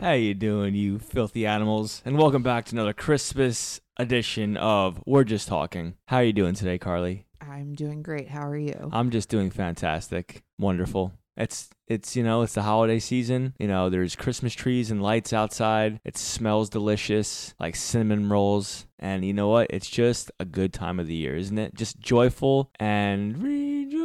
How you doing, you filthy animals? And welcome back to another Christmas edition of We're Just Talking. How are you doing today, Carly? I'm doing great. How are you? I'm just doing fantastic. Wonderful. It's it's you know, it's the holiday season. You know, there's Christmas trees and lights outside. It smells delicious, like cinnamon rolls. And you know what? It's just a good time of the year, isn't it? Just joyful and rejoice.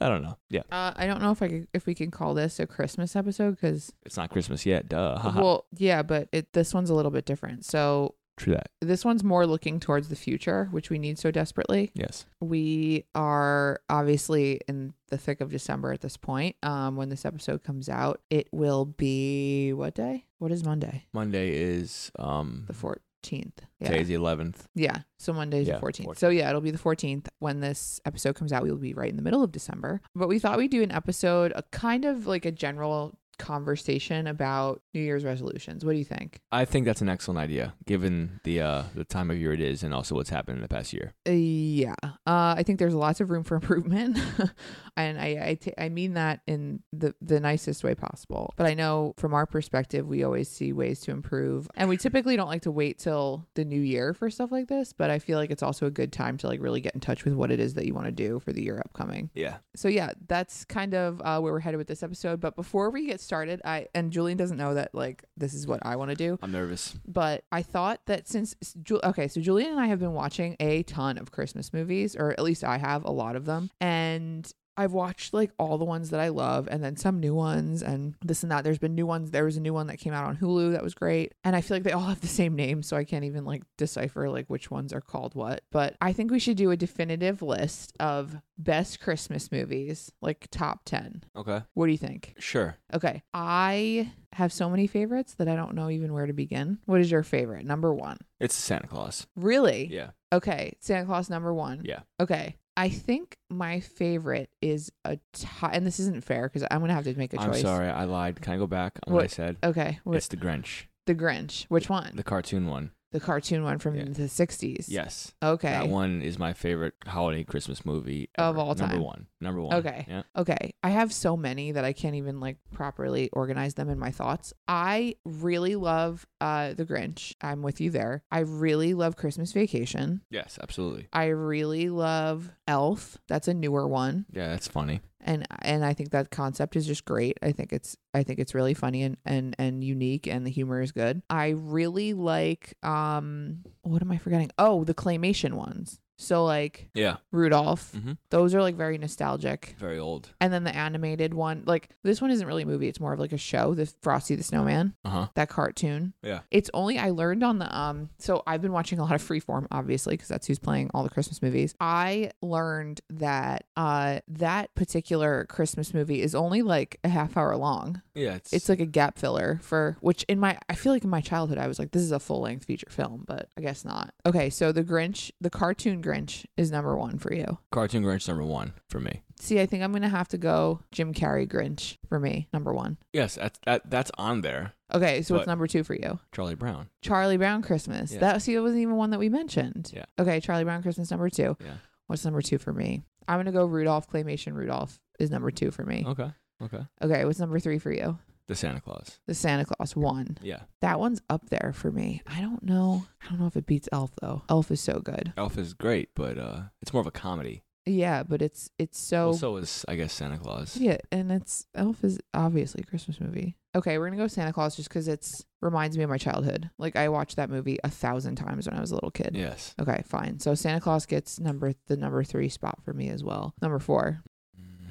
I don't know. Yeah, Uh, I don't know if I could, if we can call this a Christmas episode because it's not Christmas yet. Duh. Haha. well, yeah, but it this one's a little bit different. So True that. this one's more looking towards the future, which we need so desperately. Yes. We are obviously in the thick of December at this point. Um, when this episode comes out, it will be what day? What is Monday? Monday is um The fourteenth. today's the 11th. Yeah. So Monday's Yeah, the 14th. 14th. So yeah, it'll be the 14th when this episode comes out. We'll be right in the middle of December. But we thought we'd do an episode, a kind of like a general conversation about New Year's resolutions. What do you think? I think that's an excellent idea, given the uh, the time of year it is, and also what's happened in the past year. Uh, yeah. Uh, I think there's lots of room for improvement. and I I ta- I mean that in the, the nicest way possible. But I know from our perspective, we always see ways to improve. And we typically don't like to wait till the new year for stuff like this. But I feel like it's also a good time to like really get in touch with what it is that you want to do for the year upcoming. Yeah, So yeah, that's kind of uh, where we're headed with this episode. But before we get started, I and Julian doesn't know that like this is what I want to do. I'm nervous. But I thought that since s- Ju- okay, so Julian and I have been watching a ton of Christmas movies, or at least I have a lot of them, and. I've watched like all the ones that I love and then some new ones and this and that. There's been new ones. There was a new one that came out on Hulu that was great. And I feel like they all have the same name, so I can't even like decipher like which ones are called what. But I think we should do a definitive list of best Christmas movies, like top 10. Okay, What do you think? sure. Okay. I have so many favorites that I don't know even where to begin. What is your favorite? Number one. It's Santa Claus. Really? Yeah, Okay. Santa Claus number one. Yeah. Okay. I think my favorite is a tie, and this isn't fair because I'm gonna have to make a I'm choice. sorry, I lied. Can I go back on what, I What? said? Okay, what, It's the Grinch, the Grinch. Which one? the cartoon one. The cartoon one from Yeah. the 60s. Yes, Okay. that one is my favorite holiday Christmas movie Of ever. all time. Number one. Number one. Okay. Yeah. Okay. I have so many that I can't even like properly organize them in my thoughts. I really love uh The Grinch. I'm with you there. I really love Christmas Vacation. Yes, absolutely. I really love Elf. That's a newer one. Yeah, that's funny. And and I think that concept is just great. I think it's I think it's really funny and and and unique and the humor is good. I really like um what am I forgetting? Oh, the claymation ones. So like Yeah, Rudolph. Mhm. Those are like very nostalgic very old. and then the animated one like this one isn't really a movie it's more of like a show the frosty the snowman Uh huh. that cartoon Yeah. it's only i learned on the um so i've been watching a lot of freeform obviously because that's who's playing all the christmas movies i learned that uh that particular christmas movie is only like a half hour long Yeah, it's it's like a gap filler for which in my I feel like in my childhood I was like this is a full length feature film but I guess not. Okay, so the Grinch, the cartoon Grinch is number 1 for you. cartoon Grinch number one for me. See, I think I'm gonna have to go Jim Carrey Grinch for me, number one. Yes, that's that, that's on there. Okay, so But- what's number two for you? Charlie Brown. Charlie Brown Christmas. Yeah. That see, it wasn't even one that we mentioned. Yeah. Okay, Charlie Brown Christmas number two. Yeah. What's number two for me? I'm gonna go Rudolph Claymation. Rudolph is number two for me. Okay. Okay. Okay, what's number three for you? The Santa Claus. The Santa Claus one. Yeah. That one's up there for me. I don't know. I don't know if it beats Elf though. Elf is so good. Elf is great, but uh, it's more of a comedy. Yeah, but it's it's so Well, so is I guess Santa Claus. Oh. Yeah, and it's Elf is obviously a Christmas movie. Okay, we're gonna go Santa Claus just because it's reminds me of my childhood. Like I watched that movie a thousand times when I was a little kid. Yes. Okay, fine. So Santa Claus gets number the number three spot for me as well. Number four.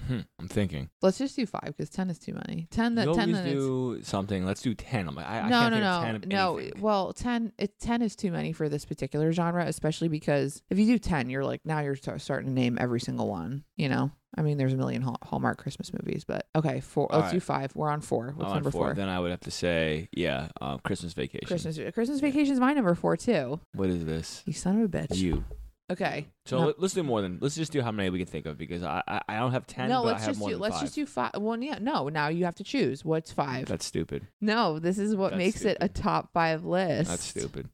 Hmm, I'm thinking. Let's just do five because ten is too many. Ten that you ten always minutes. do something. Let's do ten. I'm like, I, I can't no, no, think of no, ten of no. anything. Well, ten, it, ten is too many for this particular genre, especially because if you do ten, you're like now you're sta- starting to name every single one. You know, I mean, there's a million Hall- Hallmark Christmas movies, but okay, four. All let's do right. five. We're on four. I'm What's on number four. four? Then I would have to say, yeah, um, Christmas Vacation. Christmas Christmas Yeah. Vacation's my number four too. What is this? You son of a bitch. You. okay. So No. let- let's do more than. Let's just do how many we can think of because I I, I don't have ten. no, but I let's have just more do than let's five. just do five. Well, yeah, no. Now you have to choose. What's five? That's stupid. no, this is what that's makes it a stupid. top five list. That's stupid.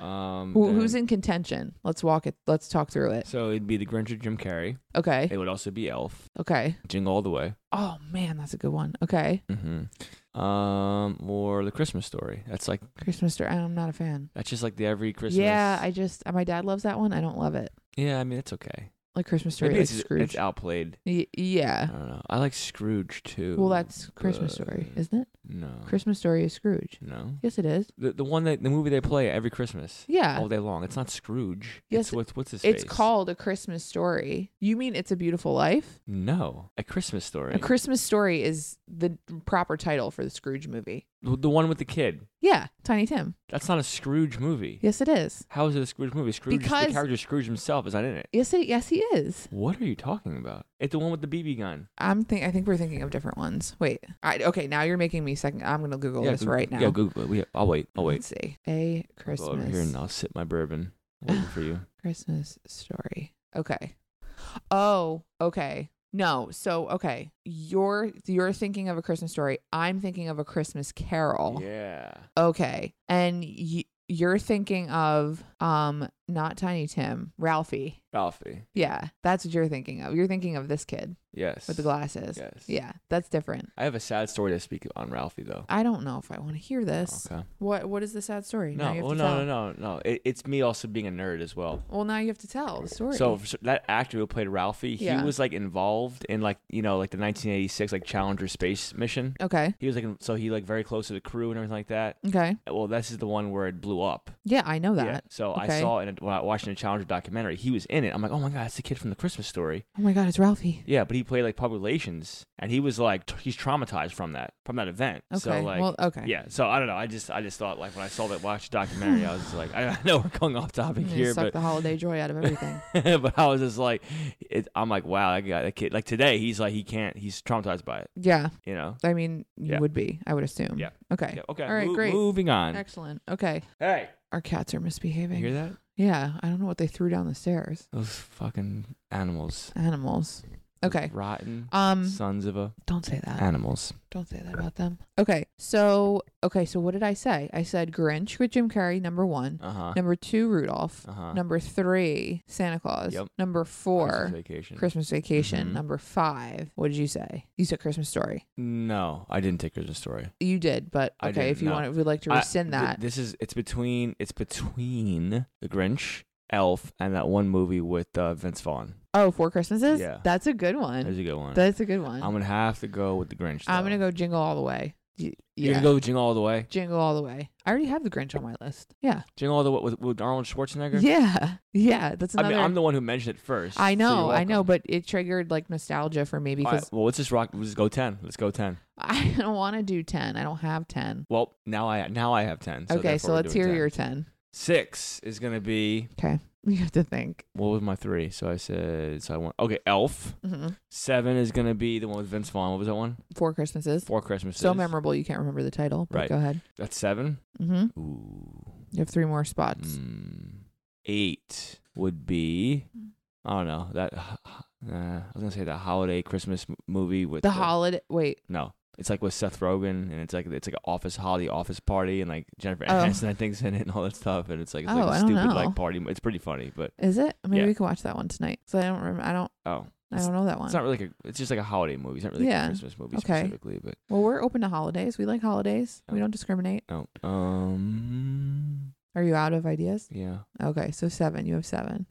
Um, Who, who's then- in contention? Let's walk it. Let's talk through it. So it'd be the Grinch or Jim Carrey. Okay. It would also be Elf. Okay. Jingle all the way. Oh man, that's a good one. Okay. Mm-hmm. um, or The Christmas Story. That's like Christmas story. I'm not a fan. that's just like the every Christmas. Yeah, I just uh, my dad loves that one. I don't love it. yeah. I mean, it's okay. Like Christmas story, Maybe like it's, Scrooge. it's outplayed. Y- I yeah. don't know. I like Scrooge too. Well, that's Christmas story, but- isn't it? no. Christmas story is Scrooge. no. Yes, it is. The the one that the movie they play every Christmas Yeah. all day long. It's not Scrooge. Yes, It's what's what's his It's face? called A Christmas Story. You mean It's a Beautiful Life? No, A Christmas Story. A Christmas Story is the proper title for the Scrooge movie. the the one with the kid. Yeah, Tiny Tim. That's not a Scrooge movie. Yes, it is. How is it a Scrooge movie? Scrooge, Because- the character Scrooge himself is not in it. Yes, it, yes, he is. What are you talking about? It's the one with the BB gun. I'm think. I think we're thinking of different ones. Wait. I, okay, now you're making me second. I'm gonna Google this Goog- right now. Yeah, Google it. We, I'll wait. I'll wait. Let's see. A I'll Christmas. Go over here and I'll sip my bourbon, waiting for you. Christmas story. Okay. Oh, okay. No, so okay. You're you're thinking of a Christmas story. I'm thinking of a Christmas carol. Yeah. Okay. And y- you're thinking of um not Tiny Tim, Ralphie. Ralphie. Yeah, that's what you're thinking of. You're thinking of this kid Yes. with the glasses. Yes. Yeah, that's different. I have a sad story to speak on Ralphie though. I don't know if I want to hear this. Okay. What what is the sad story? No, now you have well, to no, tell. no, no, no, It, it's me also being a nerd as well. Well, now you have to tell the story. So, for- so that actor who played Ralphie, Yeah. he was like involved in like you know like the 1986 like Challenger space mission. okay. He was like in- so he like very close to the crew and everything like that. Okay. Well, this is the one where it blew up. Yeah, I know that. Yeah. So Okay. I saw it in a, when I watching a Challenger documentary. He was in it. I'm like, oh my god, that's the kid from the Christmas story. Oh my god, it's Ralphie. Yeah, but he played like public relations, and he was like, t- he's traumatized from that from that event. Okay. So like. well, okay. yeah, so I don't know. I just I just thought like when I saw that watch documentary, I was just like, I, I know we're going off topic Yeah, here, suck but the holiday joy out of everything. but I was just like, it, I'm like, wow, that guy, that kid, like today, he's like, he can't, he's traumatized by it, yeah, you know? I mean, you Yeah. would be. I would assume. Yeah. Okay. Yeah, okay, All right, mo- great. Moving on. Excellent. Okay. Hey, Our cats are you misbehaving. hear that? Yeah, I don't know what they threw down the stairs. Those fucking animals. Animals. Those Okay. Rotten Um, uh, sons of a don't say that. animals. Don't say that about them. Okay. So, okay. So, what did I say? I said Grinch with Jim Carrey, number one. Uh huh. Number two, Rudolph. Uh huh. Number three, Santa Claus. Yep. Number four, vacation. Christmas Vacation. Mhm. Number five, what did you say? You said Christmas Story. No, I didn't take Christmas story. You did, but I okay. didn't, If you no. want, we'd like to I- rescind th- that. this is it's between it's between the Grinch, Elf, and that one movie with uh, Vince Vaughn. Oh, Four Christmases? Yeah. That's a good one. There's a good one. That's a good one. I'm gonna have to go with the Grinch. I'm going to though. go Jingle All the Way. Y- You're Yeah. gonna go with Jingle All the Way. Jingle All the Way. I already have the Grinch on my list. Yeah. Jingle All the Way with, with Arnold Schwarzenegger. Yeah. Yeah. That's I another. mean, I'm the one who mentioned it first. I so know. you're I know. welcome. But it triggered like nostalgia for me All right, because well, let's just rock. Let's just go ten. Let's go ten. I don't want to do 10. I don't have 10. Well, now I now I have ten. So okay. therefore So we're let's doing hear 10. your 10. six is gonna be You have to think. what was my three? So I said so I want okay Elf. hmm Seven is gonna be the one with Vince Vaughn. What was that one? Four Christmases. Four Christmases. So memorable. You can't remember the title. But Right. Go ahead. That's seven. hmm Ooh. You have three more spots. Mm. Eight would be I don't know that. Uh, I was gonna say the holiday Christmas m- movie with The holiday. Wait. No, it's like with Seth Rogen, and it's like it's like an office holiday office party, and like Jennifer Oh. Aniston I think's in it and all that stuff, and it's like it's Oh, like I a don't stupid know. like party. It's pretty funny, but Is it? Maybe Yeah. we can watch that one tonight. So I don't remember. I don't. oh, I don't know that one. it's not really like a, it's just like a holiday movie. It's not really like Yeah. a Christmas movie Okay. specifically, but Well, we're open to holidays. We like holidays. We Oh. don't discriminate. no. Um, Are you out of ideas? yeah, Okay, so seven. You have seven.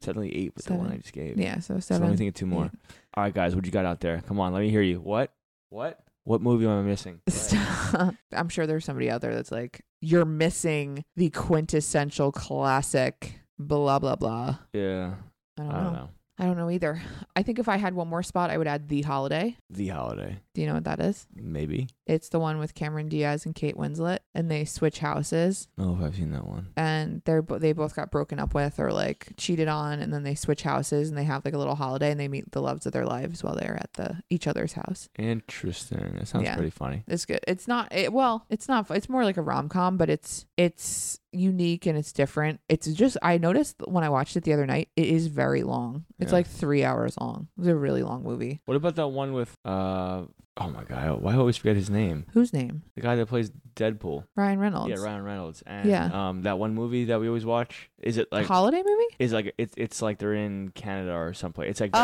suddenly eight with the one I Seven. just gave. Yeah, so So let seven. me think of two more. All right, guys, what you got out there? Come on, let me hear you. What? What? What movie am I missing? Go ahead. Stop. I'm sure there's somebody out there that's like, you're missing the quintessential classic. Blah blah blah. Yeah, I don't, I don't know. know. I don't know either. I think if I had one more spot, I would add the holiday. The holiday, Do you know what that is? maybe. It's the one with Cameron Diaz and Kate Winslet, and they switch houses, Oh, if I've seen that one. and they're bo- they both got broken up with or like cheated on, and then they switch houses, and they have like a little holiday, and they meet the loves of their lives while they're at the each other's house. Interesting. That sounds Yeah. pretty funny. It's good. It's not it, well. It's not. It's more like a rom com, but it's it's unique and it's different. It's just I noticed when I watched it the other night. It is very long. It's Yeah. like three hours long. It was a really long movie. What about that one with uh oh my god, why do I always forget his name? Whose name? The guy that plays Deadpool. Ryan Reynolds. Yeah, Ryan Reynolds. And Yeah. um that one movie that we always watch. Is it like holiday movie. is like it's it's like they're in Canada or someplace. It's like very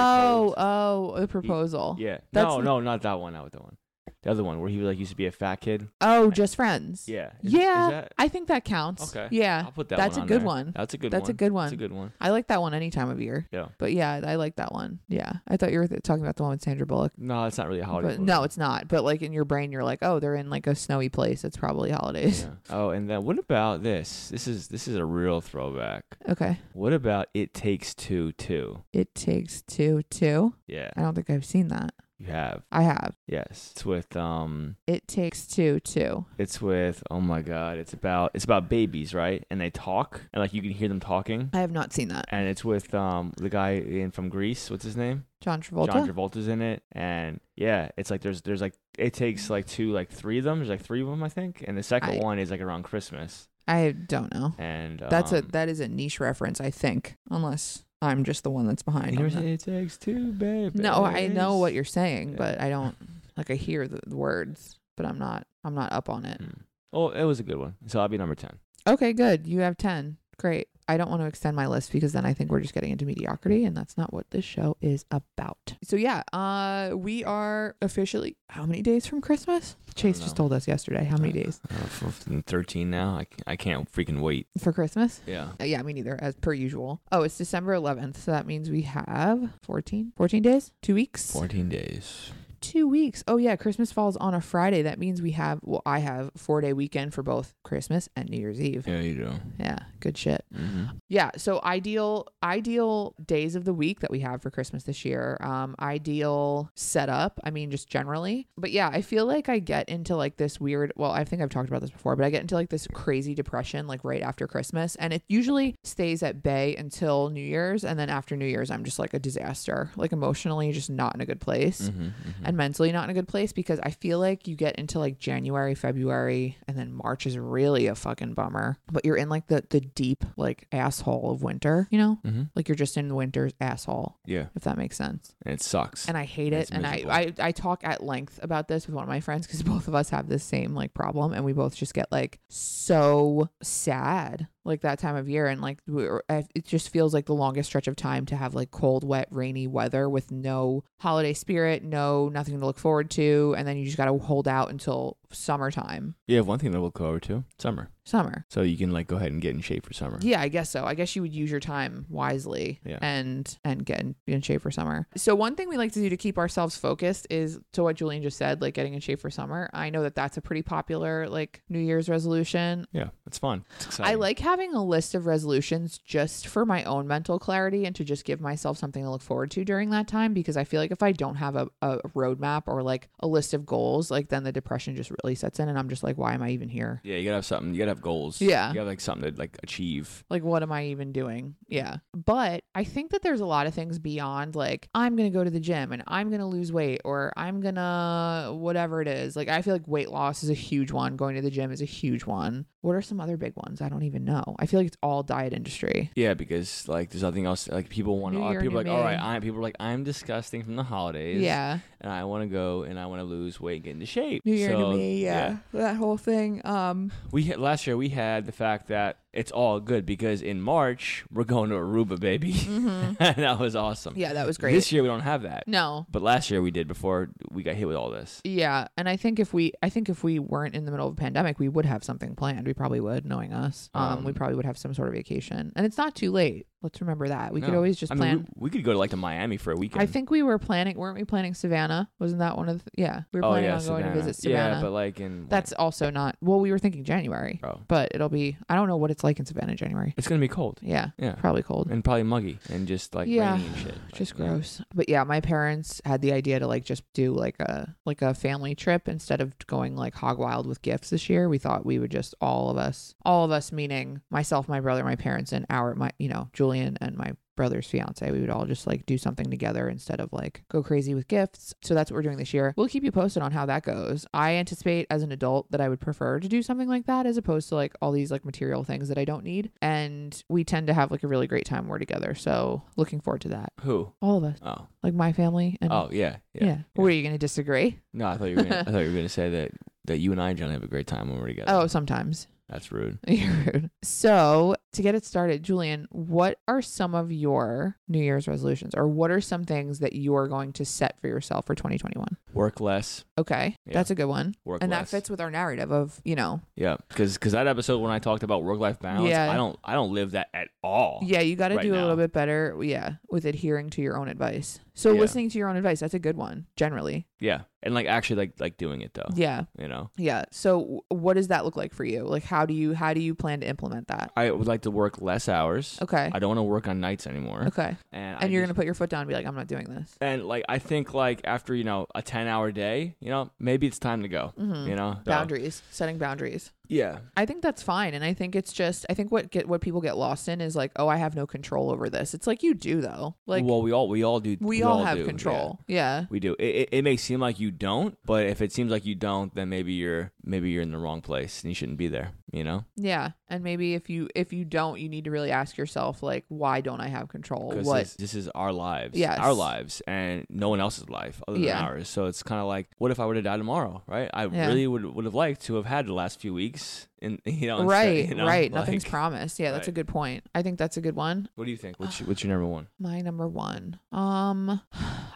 cold. Oh, oh, the proposal. yeah. that's no, the- no, not that one, not that one. The other one where he like used to be a fat kid. Oh, just friends. Yeah. Is- is Yeah. that- I think that counts. okay. Yeah. I'll put that. That's one a on good there. one. That's a good That's one. a good one. That's a good one. I like that one any time of year. Yeah. But yeah, I like that one. Yeah. I thought you were th- talking about the one with Sandra Bullock. No, it's not really a holiday. But movie. no, it's not. But like in your brain, you're like, oh, they're in like a snowy place. It's probably holidays. Yeah. Oh, and then what about this? This is this is a real throwback. Okay. What about It Takes Two Two? It takes two, two. Yeah, I don't think I've seen that. you have. I have. Yes, it's with um, It takes two, two. it's with oh my god, it's about it's about babies, right? And they talk, and like you can hear them talking. I have not seen that. And it's with um the guy in from Greece. What's his name? John Travolta. John Travolta's in it, and yeah, it's like there's there's like it takes like two like three of them. There's like three of them, I think. And the second I- one is like around Christmas, I don't know. and um, That's a that is a niche reference, I think, unless I'm just the one that's behind. You never on said that. it takes two, babe. No, I know what you're saying, Yeah. but I don't like. I hear the, the words, but I'm not. I'm not up on it. Mm. Oh, it was a good one. So I'll be number ten. Okay, good. You have ten. Great. I don't want to extend my list because then I think we're just getting into mediocrity, and that's not what this show is about. So yeah, uh, we are officially how many days from Christmas? Chase just know. told us yesterday. How many Uh, days Uh, f- f- Thirteen now. I c- I can't freaking wait. for Christmas? Yeah. Uh, yeah, me neither, as per usual. Oh, it's December 11th, so that means we have 14, 14 days, two weeks, Fourteen days. two weeks. Oh yeah, Christmas falls on a Friday. That means we have, well, I have four day weekend for both Christmas and New Year's Eve. Yeah, you do. Yeah, good shit. Mm-hmm. Yeah, so ideal ideal days of the week that we have for Christmas this year. Um ideal setup, I mean just generally. But yeah, I feel like I get into like this weird, well, I think I've talked about this before, but I get into like this crazy depression like right after Christmas and it usually stays at bay until New Year's and then after New Year's I'm just like a disaster. Like emotionally just not in a good place Mm-hmm. and mentally not in a good place because I feel like you get into like January, February, and then March is really a fucking bummer. But you're in like the the deep like asshole of winter, you know? Mm-hmm. Like you're just in winter's asshole, Yeah, if that makes sense. and it sucks. And I hate It's it. And I, miserable. I I talk at length about this with one of my friends because both of us have this same like problem, and we both just get like so sad like that time of year, and like we're, I- it just feels like the longest stretch of time to have like cold, wet, rainy weather with no holiday spirit, no nothing to look forward to, and then you just got to hold out until summertime. you have one thing that we'll go over to summer, Summer. so you can like go ahead and get in shape for summer. Yeah, I guess so. I guess you would use your time wisely Yeah. and and get in, in shape for summer. So one thing we like to do to keep ourselves focused is to what Julian just said, like getting in shape for summer. I know that that's a pretty popular like New Year's resolution. Yeah, it's fun. It's exciting. I like having a list of resolutions just for my own mental clarity and to just give myself something to look forward to during that time because I feel like if I don't have a, a roadmap or like a list of goals, like then the depression just really sets in and I'm just like, why am I even here? Yeah, you gotta have something. You gotta have goals. Yeah. you gotta like something to like achieve. Like, what am I even doing? Yeah. But I think that there's a lot of things beyond like, I'm going to go to the gym and I'm going to lose weight or I'm going to whatever it is. Like, I feel like weight loss is a huge one. Going to the gym is a huge one. What are some other big ones? I don't even know. I feel like it's all diet industry. Yeah, because like there's nothing else. Like people want to. New year, People new are like, all right, me." I people are like, I'm disgusting from the holidays. yeah. and I want to go and I want to lose weight and get into shape. New Year, So, to me. Yeah. That whole thing. Um, We had, last year we had the fact that it's all good because in March we're going to Aruba, baby. and that was awesome. Mm-hmm. yeah, that was great. This year we don't have that, no, but last year we did before we got hit with all this. Yeah, and I think if we, I think if we weren't in the middle of a pandemic, we would have something planned. We probably would, knowing us. Um, we Um, probably would have some sort of vacation, and it's not too late. Let's remember that we could No. always just I mean, plan. we, we could go to like to Miami for a weekend. I think we were planning, weren't we planning Savannah? Wasn't that one of the? Yeah, we were oh planning yeah, on Savannah. going to visit Savannah. Yeah, but like in That's also not. Well, we were thinking January, oh, but it'll be. I don't know what it's like in Savannah in January. it's gonna be cold. Yeah, Yeah, probably cold. and probably muggy and just like Yeah. rainy and shit. Like, just yeah. gross but yeah my parents had the idea to like just do like a like a family trip instead of going like hog wild with gifts this year we thought we would just all of us all of us meaning myself my brother my parents and our my you know julian and my brother's fiance we would all just like do something together instead of like go crazy with gifts so that's what we're doing this year we'll keep you posted on how that goes i anticipate as an adult that i would prefer to do something like that as opposed to like all these like material things that i don't need and we tend to have like a really great time when we're together so looking forward to that Who? all of us Oh, like my family and oh yeah, yeah. yeah, Were you gonna disagree? No, I thought you were. Gonna, I thought you were gonna say that that you and I, John, have a great time when we're together. Oh, sometimes. That's rude. You're rude. So, to get it started, Julian, what are some of your New Year's resolutions or what are some things that you are going to set for yourself for 2021? Work less. Okay. Yeah. That's a good one. Work and less. that fits with our narrative of, you know, Yeah, because that episode when I talked about work life balance, Yeah. I don't I don't live that at all. yeah, you got to Right do a little now. bit better, yeah, with adhering to your own advice. So, Yeah. listening to your own advice, that's a good one generally. Yeah, and like actually like like doing it though. Yeah. You know, Yeah. So, w- what does that look like for you? Like how do you how do you plan to implement that? I would like to work less hours. Okay. I don't want to work on nights anymore. Okay. And, And I you're just- going to put your foot down and be like I'm not doing this. and like I think like after you know a ten hour day, you know maybe it's time to go. Mhm. You know So, Boundaries, setting boundaries. Yeah, I think that's fine, and I think it's just I think what get what people get lost in is like, oh, I have no control over this. It's like you do though. Like well we all we all do. we, all, have do, yeah. control. Yeah. We do. It, it, it may seem like you don't, but if it seems like you don't, then maybe you're maybe you're in the wrong place and you shouldn't be there. You know, yeah, And maybe if you if you don't, you need to really ask yourself like, why don't I have control? because What? this, this is our lives, Yes. our lives, and no one else's life other than Yeah. ours. So it's kind of like, what if I would have died tomorrow, right? I Yeah. really would would have liked to have had the last few weeks, and you know, instead- Right, you know, right. Nothing's like- promised. Yeah, that's a right. good point. I think that's a good one. What do you think? What's your, what's your number one? My number one. Um,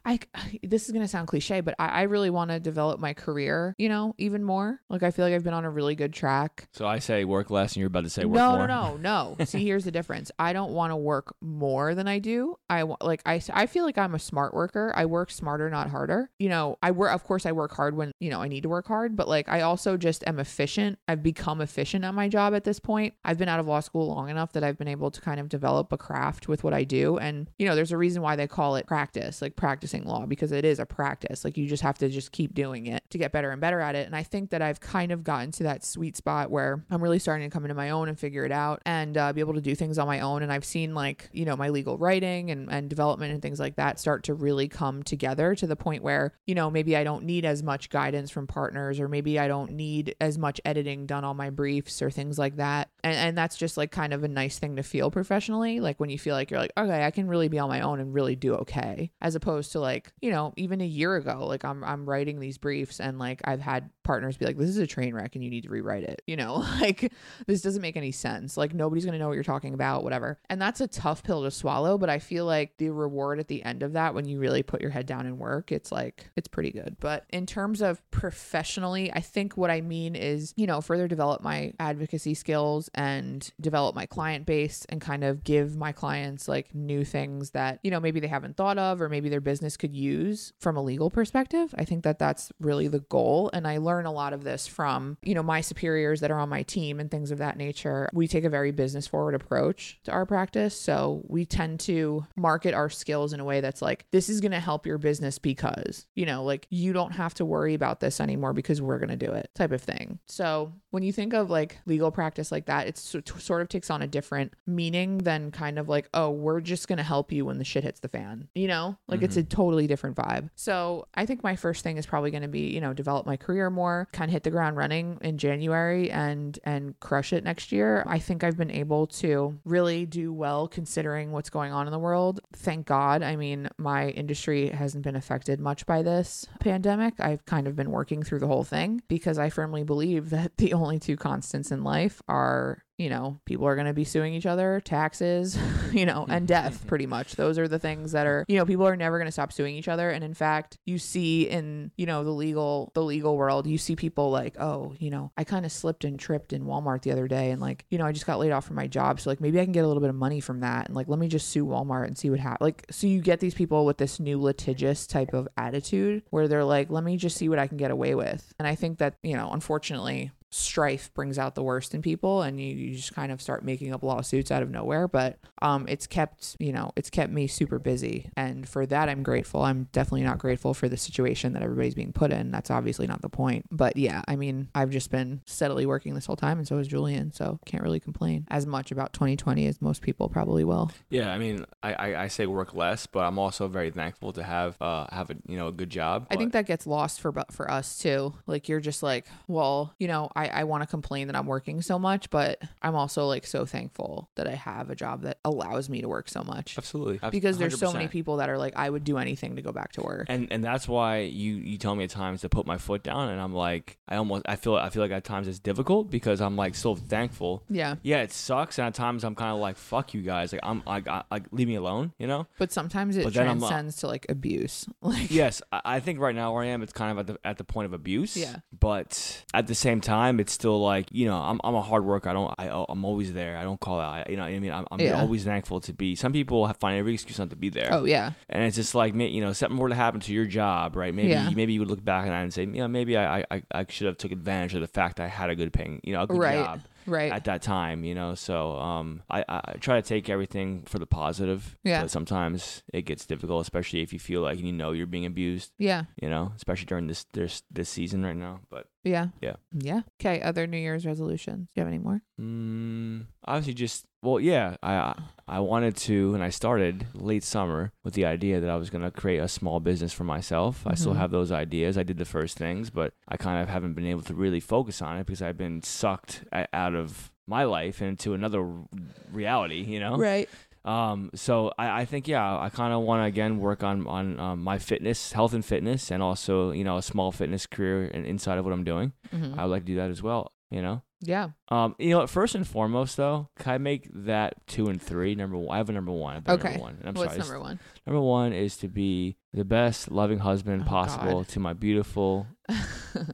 I this is gonna sound cliche, but I, I really want to develop my career. You know, even more. Like I feel like I've been on a really good track. So I say work less, and you're about to say work no, more. no, no, no. See, here's the difference. I don't want to work more than I do. I wa- like I, s- I feel like I'm a smart worker. I work smarter, not harder. You know, I work. Of course, I work hard when you know I need to work hard. But like, I also just am efficient. I've become efficient at my job at this point. I've been out of law school long enough that I've been able to kind of develop a craft with what I do. And you know, there's a reason why they call it practice, like practicing law, because it is a practice. Like you just have to just keep doing it to get better and better at it. And I think that I've kind of gotten to that sweet spot where I'm really starting to come into my own and figure it out and uh, be able to do things on my own. And I've seen like, you know, my legal writing and, and development and things like that start to really come together to the point where, you know, maybe I don't need as much guidance from partners or maybe I don't need as much editing done on my briefs or things like that. And, and that's just like kind of a nice thing to feel professionally. Like when you feel like you're like, okay, I can really be on my own and really do okay, as opposed to like, you know, even a year ago, like I'm, I'm writing these briefs and like I've had partners be like, this is a train wreck and you need to rewrite it. You know, like this doesn't make any sense. Like nobody's going to know what you're talking about, whatever. And that's a tough pill to swallow, but I feel like the reward at the end of that when you really put your head down and work, it's like it's pretty good. But in terms of professionally, I think what I mean is, you know, further develop my advocacy skills and develop my client base and kind of give my clients like new things that, you know, maybe they haven't thought of or maybe their business could use from a legal perspective. I think that that's really the goal. And I learn a lot of this from, you know, my superiors that are on my team and things of that nature. We take a very business forward approach to our practice. So we tend to market our skills in a way that's like, this is going to help your business because, you know, like you don't have to worry about this anymore because we're going to do it type of thing. So when you think of like legal practice like that, it sort of takes on a different meaning than kind of like, oh, we're just going to help you when the shit hits the fan, you know? Like it's a totally different vibe. So I think my first thing is probably going to be, you know, develop my career more, kind of hit the ground running in January and and crush it next year. I think I've been able to really do well considering what's going on in the world. Thank God. I mean, my industry hasn't been affected much by this pandemic. I've kind of been working through the whole thing because I firmly believe that the only two constants in life are you know, people are going to be suing each other, taxes, you know, and death, pretty much. Those are the things that are, you know, people are never going to stop suing each other. And in fact, you see in, you know, the legal, the legal world, you see people like, oh, you know, I kind of slipped and tripped in Walmart the other day. And like, you know, I just got laid off from my job. So like, maybe I can get a little bit of money from that. And like, let me just sue Walmart and see what happens. Like, so you get these people with this new litigious type of attitude where they're like, let me just see what I can get away with. And I think that, you know, unfortunately, strife brings out the worst in people and you, you just kind of start making up lawsuits out of nowhere but um it's kept you know it's kept me super busy and for that i'm grateful i'm definitely not grateful for the situation that everybody's being put in that's obviously not the point but yeah i mean i've just been steadily working this whole time and so has julian so can't really complain as much about 2020 as most people probably will Yeah, I mean, I, I, I say work less, but I'm also very thankful to have uh have a you know a good job. I think that gets lost for bu- for us too. Like you're just like, well, you know, I I, I want to complain that I'm working so much, but I'm also like so thankful that I have a job that allows me to work so much Absolutely. Ab- because there's so many 100%. people that are like, I would do anything to go back to work. And and that's why you you tell me at times to put my foot down, and I'm like, I almost I feel I feel like at times it's difficult because I'm like so thankful. yeah. Yeah, it sucks, and at times I'm kind of like, fuck you guys, like I'm I, I, I leave me alone, you know. But sometimes it But then I'm, uh, transcends to like abuse. Like, yes, I, I think right now where I am, it's kind of at the at the point of abuse. Yeah. But at the same time, it's still like you know I'm I'm a hard worker. I don't I uh, I'm always there. I don't call out. I, you know what I mean I'm, I'm Yeah. always thankful to be. Some people have find every excuse not to be there. oh, yeah. And it's just like, ma- you know, something were to happen to your job, right? Maybe Yeah. maybe you would look back on that and say, you know, maybe I, I, I should have took advantage of the fact I had a good paying, you know, a good Right. job Right. at that time, you know. So um, I, I try to take everything for the positive. Yeah. But sometimes it gets difficult, especially if you feel like you know you're being abused, yeah. you know, especially during this this this season right now. But Yeah. Yeah. Yeah. Okay. Other New Year's resolutions. Do you have any more? Mm, obviously, just well, yeah. I I- I wanted to, and I started late summer with the idea that I was gonna create a small business for myself. I still Mhm. have those ideas. I did the first things, but I kind of haven't been able to really focus on it because I've been sucked a- out of my life and into another r- reality. You know. Right. Um. So I, I think yeah, I kind of want to again work on on um, my fitness, health and fitness, and also you know a small fitness career and inside of what I'm doing. Mhm. I would like to do that as well. You know. yeah. Um, you know, first and foremost, though, can I make that two and three? Number one, I have a number one. I have a Okay. Number one. And I'm What's sorry. number one? it's- number one is to be the best loving husband Oh, possible God. to my beautiful,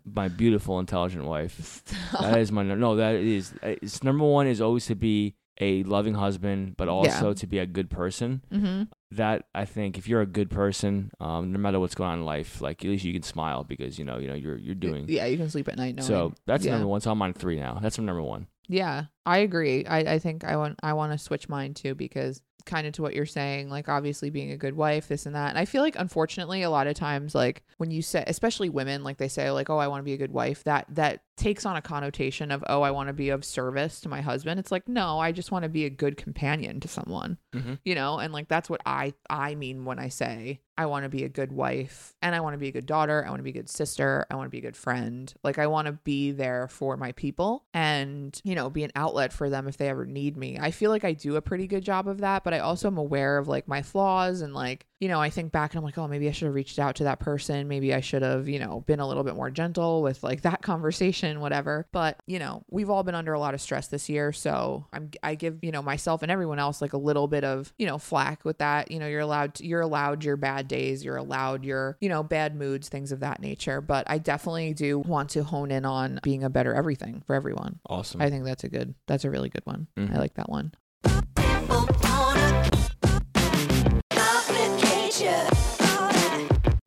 my beautiful, intelligent wife. Stop. That is my num- no. That is it's number one is always to be a loving husband, but also to be a good person. mm-hmm. That I think if you're a good person, um, no matter what's going on in life, like at least you can smile because you know you know you're you're doing. Yeah, you can sleep at night knowing. so that's yeah. number one. So I'm on three now. That's number one. yeah, I agree. I, I think I want I want to switch mine too because kind of to what you're saying, like obviously being a good wife, this and that. And I feel like unfortunately a lot of times like when you say especially women, like they say like, Oh, I want to be a good wife, that that takes on a connotation of, oh, I want to be of service to my husband. It's like, no, I just want to be a good companion to someone. you know and like that's what i i mean when i say i want to be a good wife and i want to be a good daughter i want to be a good sister i want to be a good friend like i want to be there for my people and you know be an outlet for them if they ever need me i feel like i do a pretty good job of that but i also am aware of like my flaws and like you know i think back and i'm like oh maybe i should have reached out to that person maybe i should have you know been a little bit more gentle with like that conversation whatever but you know we've all been under a lot of stress this year so i'm i give you know myself and everyone else like a little bit of you know flack with that you know you're allowed to, you're allowed your bad days you're allowed your you know bad moods things of that nature but i definitely do want to hone in on being a better everything for everyone Awesome. i think that's a good that's a really good one Mhm. i like that one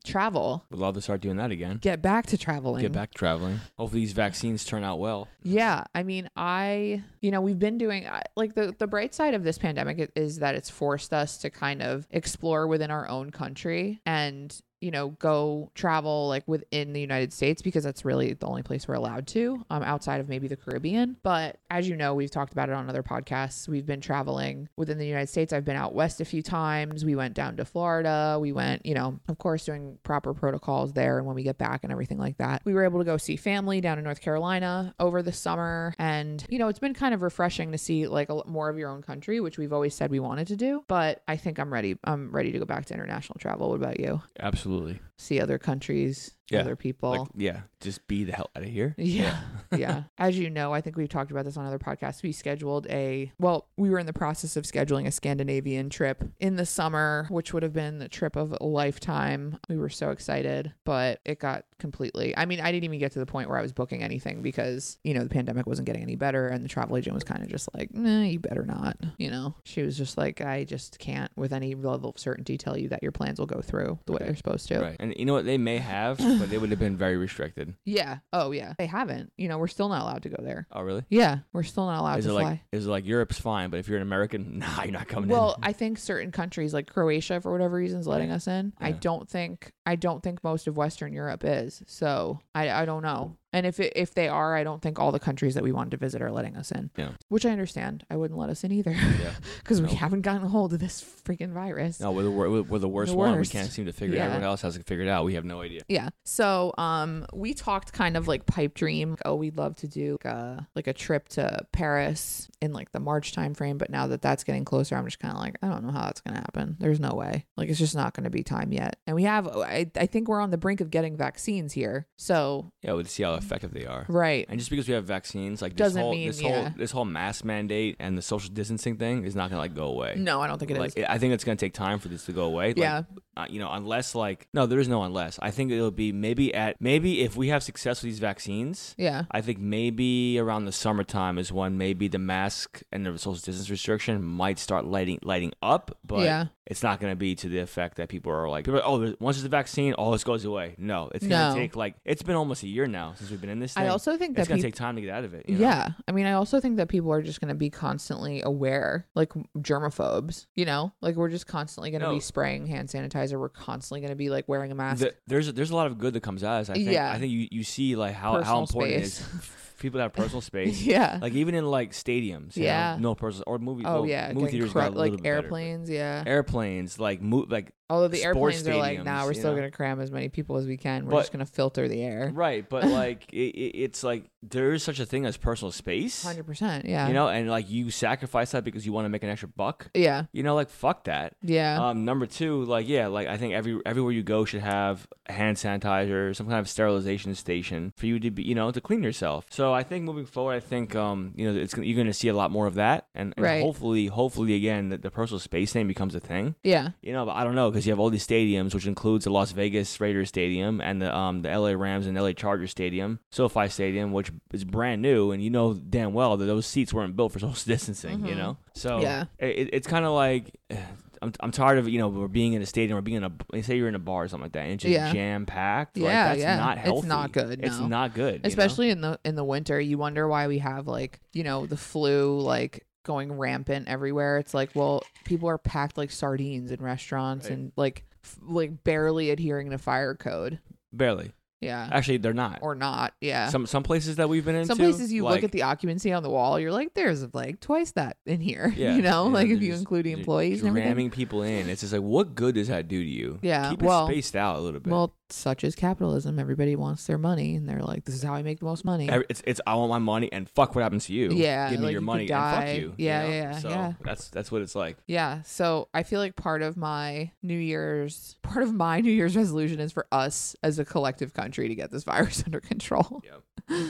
travel Would love to start doing that again. get back to traveling Get back traveling. Hopefully these vaccines turn out well. Yeah, I mean, I you know we've been doing I- like the the bright side of this pandemic i- is that it's forced us to kind of explore within our own country and you know go travel like within the United States because that's really the only place we're allowed to um outside of maybe the Caribbean but as you know we've talked about it on other podcasts we've been traveling within the United States I've been out west a few times we went down to Florida we went you know of course doing proper protocols there and when we get back and everything like that we were able to go see family down in North Carolina over the summer and you know it's been kind of refreshing to see like a lot more of your own country which we've always said we wanted to do but I think I'm ready I'm ready to go back to international travel what about you Absolutely. see other countries Yeah, other people Like yeah, just be the hell out of here. yeah. yeah. As you know, I think we've talked about this on other podcasts. We scheduled a, well, we were in the process of scheduling a Scandinavian trip in the summer, which would have been the trip of a lifetime. We were so excited, but it got completely, I mean, I didn't even get to the point where I was booking anything because, you know, the pandemic wasn't getting any better. And the travel agent was kind of just like, nah, you better not. You know, she was just like, I just can't with any level of certainty tell you that your plans will go through the way Right. they're supposed to. Right. And you know what they may have, but they would have been very restricted. Yeah. Oh, yeah. They haven't. You know, we're still not allowed to go there. Oh really? Yeah, we're still not allowed Is to it fly. like is it like Europe's fine, but if you're an American, nah, you're not coming well, in. I think certain countries like Croatia, for whatever reason, is letting us in. I Yeah. don't think, I I don't think most of Western Europe is. So I, I don't know. And if it, if they are, I don't think all the countries that we wanted to visit are letting us in. Yeah. Which I understand. I wouldn't let us in either. Yeah. Because we No. haven't gotten a hold of this freaking virus. No, we're the, wor- we're the worst The one. worst. We can't seem to figure it Yeah. out. Everyone else has it figured out. We have no idea. Yeah. So um we talked kind of like pipe dream. Like, oh, we'd love to do like a, like a trip to Paris in like the March time frame, but now that that's getting closer, I'm just kind of like I don't know how that's going to happen. There's no way. Like it's just not going to be time yet. And we have oh, I I think we're on the brink of getting vaccines here. So, Yeah, we'll see how effective they are. right. And just because we have vaccines, like this Doesn't whole mean- this whole yeah. this whole mask mandate and the social distancing thing is not gonna like go away. No, I don't think it is. like I think it's gonna take time for this to go away. Like, yeah. uh, you know, unless like no, there is no unless. I think it'll be maybe at maybe if we have success with these vaccines, Yeah. I think maybe around the summertime is when maybe the mask and the social distance restriction might start lighting lighting up, but Yeah. it's not going to be to the effect that people are like, people are, oh, there's- once there's a vaccine, all this goes away. No, it's going to No. take like it's been almost a year now since we've been in this thing. I also think it's that going people to take time to get out of it. you know? Yeah. I mean, I also think that people are just going to be constantly aware, like germaphobes, you know? Like we're just constantly going to No. be spraying hand sanitizer. We're constantly going to be like wearing a mask. The- there's there's a lot of good that comes out. of this. I think Yeah. I think you, you see like how, how Personal important it space. is f- people to have personal space. yeah. Like even in like stadiums, you know, Yeah. no personal or movie. oh, well, yeah. movie getting theaters cra- got a little like bit better, but- airplanes. yeah. airplanes, like mo- like Although the sports airplanes are like, stadiums, now we're you still know. going to cram as many people as we can. We're But- just going to filter the air. Right, but like it, it, it's like there is such a thing as personal space, 100%. Yeah. you know, and like you sacrifice that because you want to make an extra buck. yeah. You know, like fuck that. Yeah. Um, number two, like yeah, like I think every everywhere you go should have a hand sanitizer, some kind of sterilization station for you to be, you know, to clean yourself. So I think moving forward, I think um, you know, it's gonna- you're going to see a lot more of that, and, and Right. hopefully, hopefully again, that the personal space thing becomes a thing. yeah. You know, but I don't know because you have all these stadiums, which includes the Las Vegas Raiders Stadium and the um the LA Rams and LA Chargers Stadium, SoFi Stadium, which is brand new, and you know damn well that those seats weren't built for social distancing. You Mhm. know, so Yeah. i- it, it's kind of like. eh, I'm, I'm tired of you know we're being in a stadium or being in a say you're in a bar or something like that and it's just Yeah. jam packed like, Yeah, that's yeah. not It's healthy not good, it's no. not good you know? especially in the in the winter you wonder why we have like you know the flu like going rampant everywhere it's like well people are packed like sardines in restaurants Right. and like f- like barely adhering to fire code barely yeah actually they're not or not yeah some some, some places that we've been in places you look at the occupancy on the wall you're like there's like twice that in here Yeah, you know yeah, like if they're you just- include the they're employees and ramming everything people in. It's just like, what good does that do to you? Yeah, keep well- it spaced out a little bit. well such is capitalism everybody wants their money and they're like this is how i make the most money Every- it's it's I want my money and fuck what happens to you. Yeah, give me like, your you could money die. and fuck you. Yeah, you know? yeah, So yeah. that's that's what it's like. Yeah. So I feel like part of my New Year's part of my New Year's resolution is for us as a collective country to get this virus under control. Yep.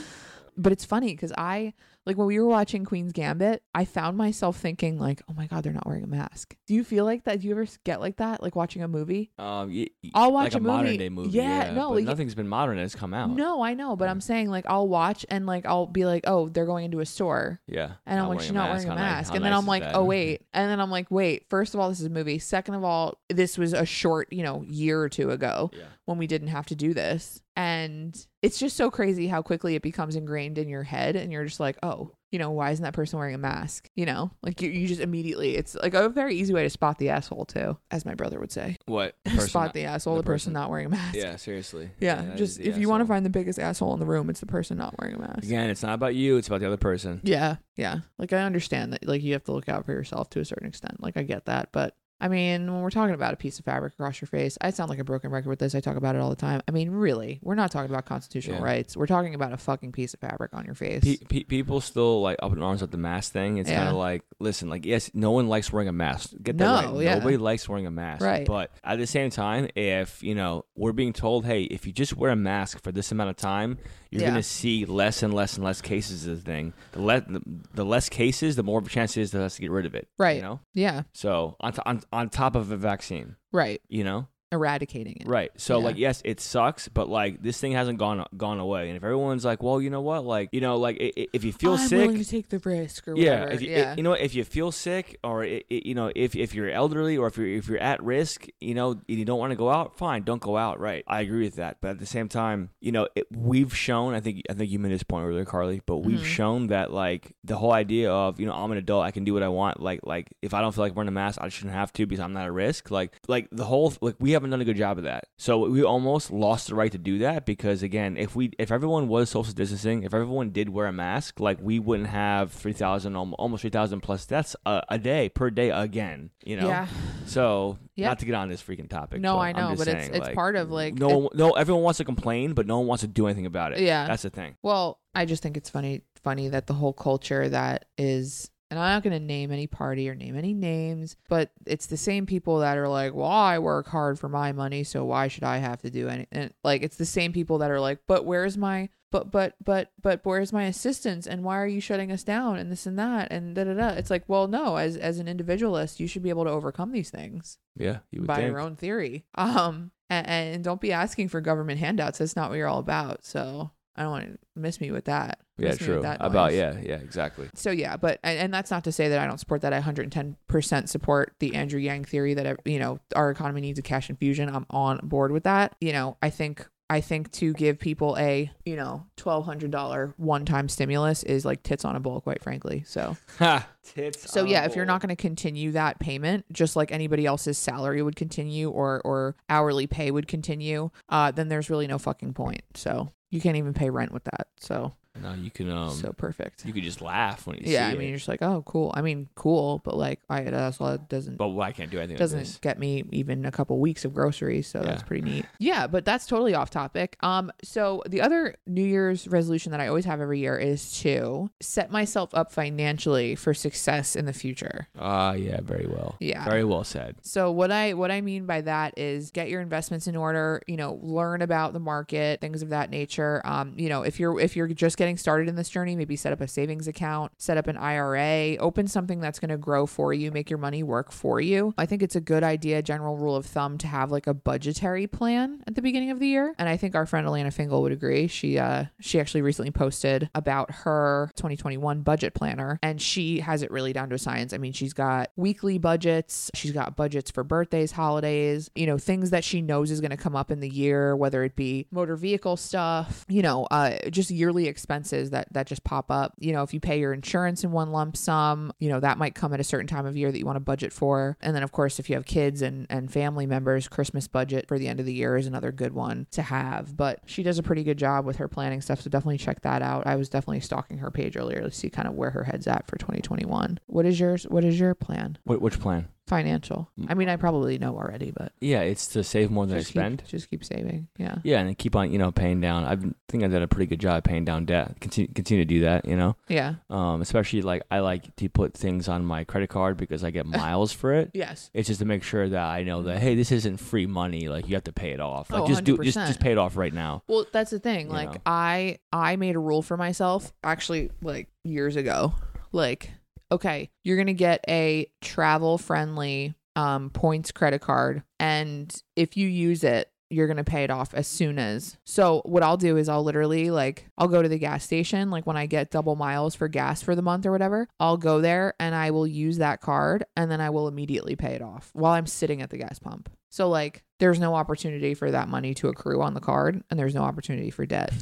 But it's funny because I like when we were watching Queen's Gambit, I found myself thinking like, oh my God, they're not wearing a mask. Do you feel like that? Do you ever get like that? Like watching a movie? Um, y- y- I'll like watch a a, movie. modern day movie. Yeah, no, but like- nothing's been modern that's come out. No, I know, but Yeah. I'm saying like I'll watch and like I'll be like, oh, they're going into a store. yeah, And I'm like, she's not wearing a How ni- mask. how and then nice I'm is like, that? oh, wait. And then I'm like, wait, first of all, this is a movie. Second of all, this was a short, you know, year or two ago Yeah. when we didn't have to do this. And it's just so crazy how quickly it becomes ingrained in your head. And you're just like, oh, you know, why isn't that person wearing a mask? You know, like you, you just immediately, it's like a very easy way to spot the asshole, too, as my brother would say. What person- spot the asshole, the the person- person, not wearing a mask. Yeah, seriously. Yeah. that is just the if you want to asshole. find the biggest asshole in the room, it's the person not wearing a mask. Again, it's not about you. It's about the other person. Yeah, yeah. Like I understand that like you have to look out for yourself to a certain extent. Like I get that, but I mean, when we're talking about a piece of fabric across your face, I sound like a broken record with this. I talk about it all the time. I mean, really, we're not talking about constitutional Yeah. rights. We're talking about a fucking piece of fabric on your face. Pe- pe- people still like up in arms at the mask thing. It's Yeah. kind of like, listen, like yes, no one likes wearing a mask. Get that No, right. yeah. Nobody likes wearing a mask. Right. But at the same time, if you know we're being told, hey, if you just wear a mask for this amount of time, you're Yeah. gonna see less and less and less cases of the thing. The, le- the the less cases, the more of a chance it is to us to get rid of it. Right. You know. yeah, So on t- on on top of a vaccine, right. you know. Eradicating it. Right. So Yeah. like yes, it sucks, but like this thing hasn't gone gone away. And if everyone's like, well, you know what, like you know, like i- i- if you feel I'm sick, willing to take the risk or whatever. if you, i- yeah. you know, what, if you feel sick, or i i you know, if, if you're elderly, or if you're if you're at risk, you know, and you don't want to go out, fine, don't go out. Right, I agree with that. But at the same time, you know, it, we've shown. I think I think you made this point earlier, Carly. But we've Mhm. shown that like the whole idea of you know, I'm an adult, I can do what I want. Like like if I don't feel like wearing a mask, I shouldn't have to because I'm not at risk. Like like the whole like we have haven't done a good job of that. So we almost lost the right to do that because again, if we if everyone was social distancing, if everyone did wear a mask, like we wouldn't have 3,000 almo- almost 3,000 plus deaths a, a day per day again, you know. yeah. So, Yeah. not to get on this freaking topic. No, but I I'm know, just but it's- saying, it's like, part of, like, no, it- one, no, everyone wants to complain, but no one wants to do anything about it. Yeah. that's the thing. Well, I just think it's funny funny that the whole culture that is and I'm not going to name any party or name any names, but it's the same people that are like, "Well, I work hard for my money, so why should I have to do any?" And like, it's the same people that are like, "But where's my but but but but where's my assistance? And why are you shutting us down? And this and that and da da da." It's like, well, no, as as an individualist, you should be able to overcome these things Yeah, you would by think. your own theory. Um, and, and don't be asking for government handouts. That's not what you're all about. So I don't want to miss me with that. yeah, Miss me with true. that About noise. yeah, yeah, exactly. So yeah, but and, and that's not to say that I don't support that. I 110% support the Andrew Yang theory that you know our economy needs a cash infusion. I'm on board with that. You know, I think I think to give people a you know twelve hundred dollar one time stimulus is like tits on a bull, quite frankly. So Ha, tits. so on a yeah, if you're bowl. not going to continue that payment, just like anybody else's salary would continue or or hourly pay would continue, uh, then there's really no fucking point. So you can't even pay rent with that. So No, you can um so perfect. you could just laugh when you Yeah, see I mean it. you're just like, oh, cool. I mean, cool, but like, I that's all that doesn't But why can't do anything with this? doesn't get me even a couple weeks of groceries so that's Yeah. pretty neat yeah but that's totally off topic um so the other new year's resolution that i always have every year is to set myself up financially for success in the future Ah, yeah, very well. Yeah. very well said. So what I what I mean by that is get your investments in order, you know, learn about the market, things of that nature. Um, you know, if you're if you're just getting started in this journey, maybe set up a savings account, set up an IRA, open something that's going to grow for you, make your money work for you. I think it's a good idea general rule of thumb to have like a budgetary plan at the beginning of the year. And I think our friend Alana Fingal would agree. She uh she actually recently posted about her 2021 budget planner and she has it really down to a science. I mean, she's got weekly budgets, she's got budgets for birthdays, holidays, you know, things that she knows is going to come up in the year, whether it be motor vehicle stuff, you know, uh just yearly expenses that that just pop up. You know, if you pay your insurance in one lump sum, you know, that might come at a certain time of year that you want to budget for. And then of course, if you have kids and and family members, Christmas budget for the end of the year is another good one to have. But she does a pretty good job with her planning stuff, so definitely check that out. I was definitely stalking her page earlier to see kind of where her head's at for 2021. What is yours? What is your plan? Wh- which plan? Financial. I mean, I probably know already, but Yeah, it's to save more than I just spend. keep, just keep saving. Yeah. Yeah, and I keep on you know paying down. I've been- think I did a pretty good job paying down debt. Continue, continue to do that. You know, Yeah. um, especially like I like to put things on my credit card because I get miles for it. Yes. It's just to make sure that I know that hey, this isn't free money. Like you have to pay it off. Like Mm. Oh, just do just 100%. just pay it off right now. Well, that's the thing. You like know. I I made a rule for myself actually like years ago. Like, okay, you're going to get a travel friendly um points credit card and if you use it you're going to pay it off as soon as. So what I'll do is I'll literally like I'll go to the gas station like when I get double miles for gas for the month or whatever, I'll go there and I will use that card and then I will immediately pay it off while I'm sitting at the gas pump. So like there's no opportunity for that money to accrue on the card and there's no opportunity for debt.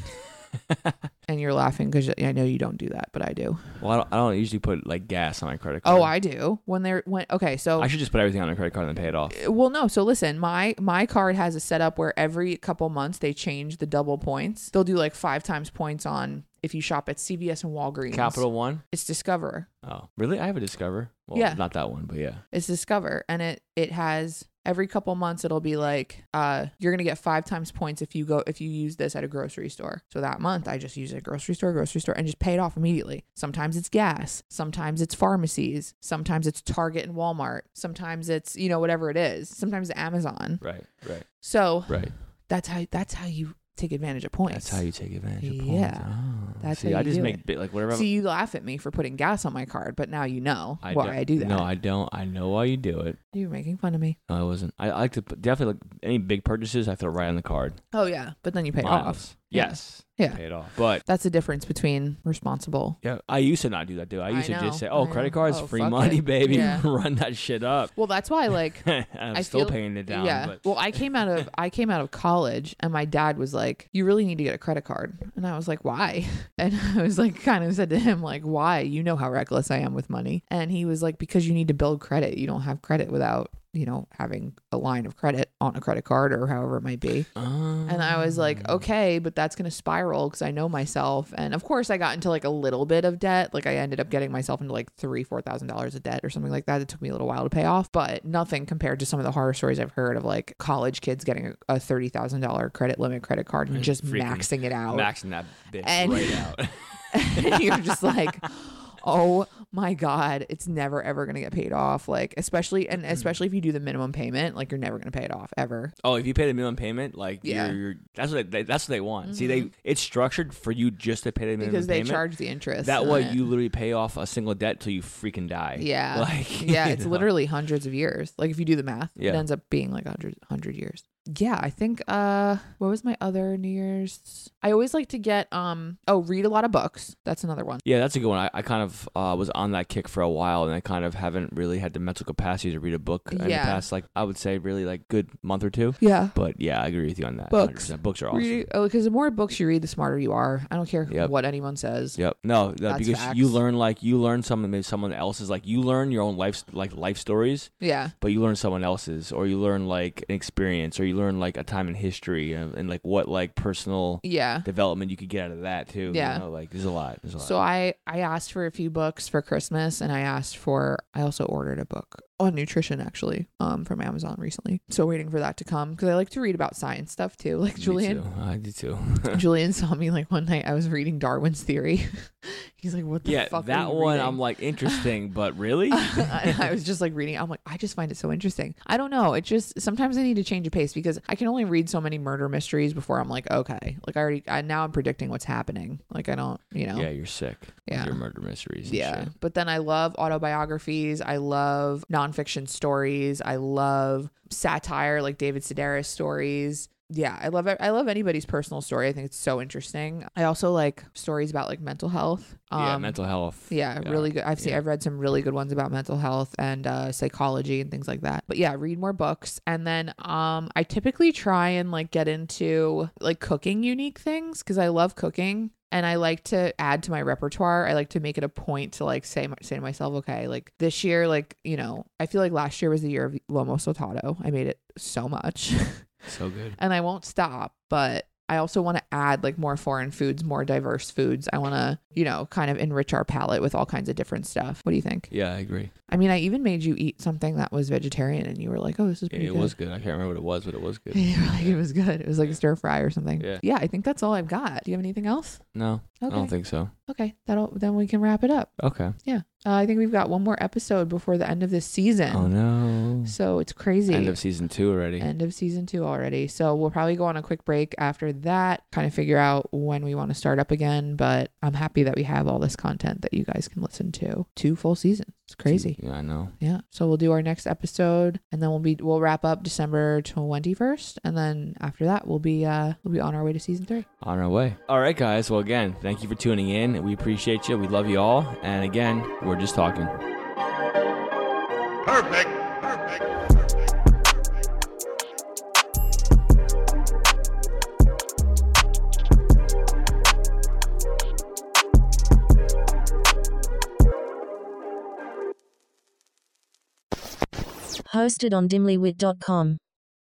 and you're laughing cuz I know you don't do that, but I do. Well, I don't, I don't usually put like gas on my credit card. Oh, I do. When they're when okay, so I should just put everything on a credit card and pay it off. well no so listen my my card has a setup where every couple months they change the double points they'll do like five times points on if you shop at cvs and walgreens Capital One. it's discover Oh, really? I have a Discover. Well, Yeah. Not that one, but yeah. it's discover and it it has every couple months it'll be like uh you're gonna get five times points if you go if you use this at a grocery store so that month i just use it at grocery store grocery store and just pay it off immediately sometimes it's gas sometimes it's pharmacies sometimes it's target and walmart sometimes it's you know whatever it is sometimes amazon Right. Right. so Right. That's how that's how you take advantage of points. That's how you take advantage of points. Yeah. Oh. That's See, how I you just do make it. bit like whatever. I'm- See, you laugh at me for putting gas on my card, but now you know why don't- I do that. No, I don't. I know why you do it. You're making fun of me. No, I wasn't. I, I like to put, definitely like any big purchases. I throw right on the card. Oh yeah, but then you pay it off. Miles. Yes. Yeah. Pay it off. But That's the difference between responsible. yeah, I used to not do that, dude. I I used to know, just say, "Oh, I credit know. cards, Oh, free fuck money, it." baby. Yeah. Run that shit up." Well, that's why like I'm I still feel- paying it down. yeah. But Well, I came out of I came out of college and my dad was like, "You really need to get a credit card." And I was like, "Why?" And I was like kind of said to him like, "Why? You know how reckless I am with money." And he was like, "Because you need to build credit. You don't have credit without you know, having a line of credit on a credit card or however it might be. And I was like, Oh. okay, but that's going to spiral because I know myself. And of course, I got into like a little bit of debt. Like I ended up getting myself into like three, four thousand dollars of debt or something like that. It took me a little while to pay off, but nothing compared to some of the horror stories I've heard of like college kids getting a- a thirty thousand dollar credit limit credit card and And just freaking maxing it out. maxing that bitch And- right out. and you're just like oh my god it's never ever gonna get paid off like especially and Mm. especially if you do the minimum payment like you're never gonna pay it off ever Oh, if you pay the minimum payment, like Yeah. Mm-hmm. you're, you're that's what they, that's what they want. See, they it's structured for you just to pay the minimum because they payment. charge the interest that on way, it. you literally pay off a single debt till you freaking die. yeah like yeah you it's know. literally hundreds of years like if you do the math it Yeah. ends up being like 100 100 years yeah i think uh what was my other new year's i always like to get um oh read a lot of books that's another one Yeah, that's a good one. I, I kind of uh, was on that kick for a while, and I kind of haven't really had the mental capacity to read a book in the Yeah. past, like I would say, really like good month or two. yeah But yeah, I agree with you on that. Books. 100%. books are awesome. because oh, the more books you read the smarter you are i don't care Yep. what anyone says Yep. No, no, That's because you facts. learn like you learn something maybe someone else's like you learn your own life like life stories, yeah but you learn someone else's or you learn like an experience or you learn like a time in history and, and like what like personal yeah development you could get out of that too. you Yeah. know? Like there's a lot. There's a lot. So I I asked for a few books for Christmas, and I asked for I also ordered a book on nutrition actually um from Amazon recently. So waiting for that to come because I like to read about science stuff too. Like Me Julian too. I do too. Julian saw me like one night I was reading Darwin's theory. He's like, what the yeah, fuck? are that you one reading?" I'm like interesting, but really? and I was just like reading. it. I'm like, I just find it so interesting. I don't know. It just sometimes I need to change a pace because I can only read so many murder mysteries before I'm like, okay, like I already I, now I'm predicting what's happening. Like I don't, you know. Yeah, you're sick. Yeah. Your murder mysteries. and Yeah. shit. But then I love autobiographies. I love nonfiction stories. I love satire like David Sedaris stories. Yeah, I love I love anybody's personal story. I think it's so interesting. I also like stories about like mental health. Um, yeah, mental health. yeah, Yeah, really good. I've seen, yeah. I've read some really good ones about mental health and uh, psychology and things like that. But yeah, read more books, and then um, I typically try and like get into like cooking unique things because I love cooking and I like to add to my repertoire. I like to make it a point to like say say to myself, okay, like this year, like you know, I feel like last year was the year of lomo saltado. I made it so much. So good. and I won't stop, but I also want to add like more foreign foods, more diverse foods. I want to, you know, kind of enrich our palate with all kinds of different stuff. What do you think? Yeah, I agree. I mean, I even made you eat something that was vegetarian and you were like, "Oh, this is Yeah, pretty it good." was good. I can't remember what it was, but it was good. You were like, it was good. It was like a stir fry or something. Yeah. I think that's all I've got. Do you have anything else? No, Okay. I don't think so. okay. That'll then we can wrap it up. Okay. Uh, I think we've got one more episode before the end of this season. Oh no. So it's crazy. End of season two already. end of season two already. So we'll probably go on a quick break after that, kind of figure out when we want to start up again. But I'm happy that we have all this content that you guys can listen to. Two full seasons. It's crazy. Yeah, I know. Yeah. So we'll do our next episode and then we'll be we'll wrap up December twenty first. And then after that we'll be uh we'll be on our way to season three. On our way. All right, guys. Well, again, thank you for tuning in. We appreciate you. We love you all. And again, we're just talking. Perfect. Perfect. Perfect. hosted on dimlywit.com.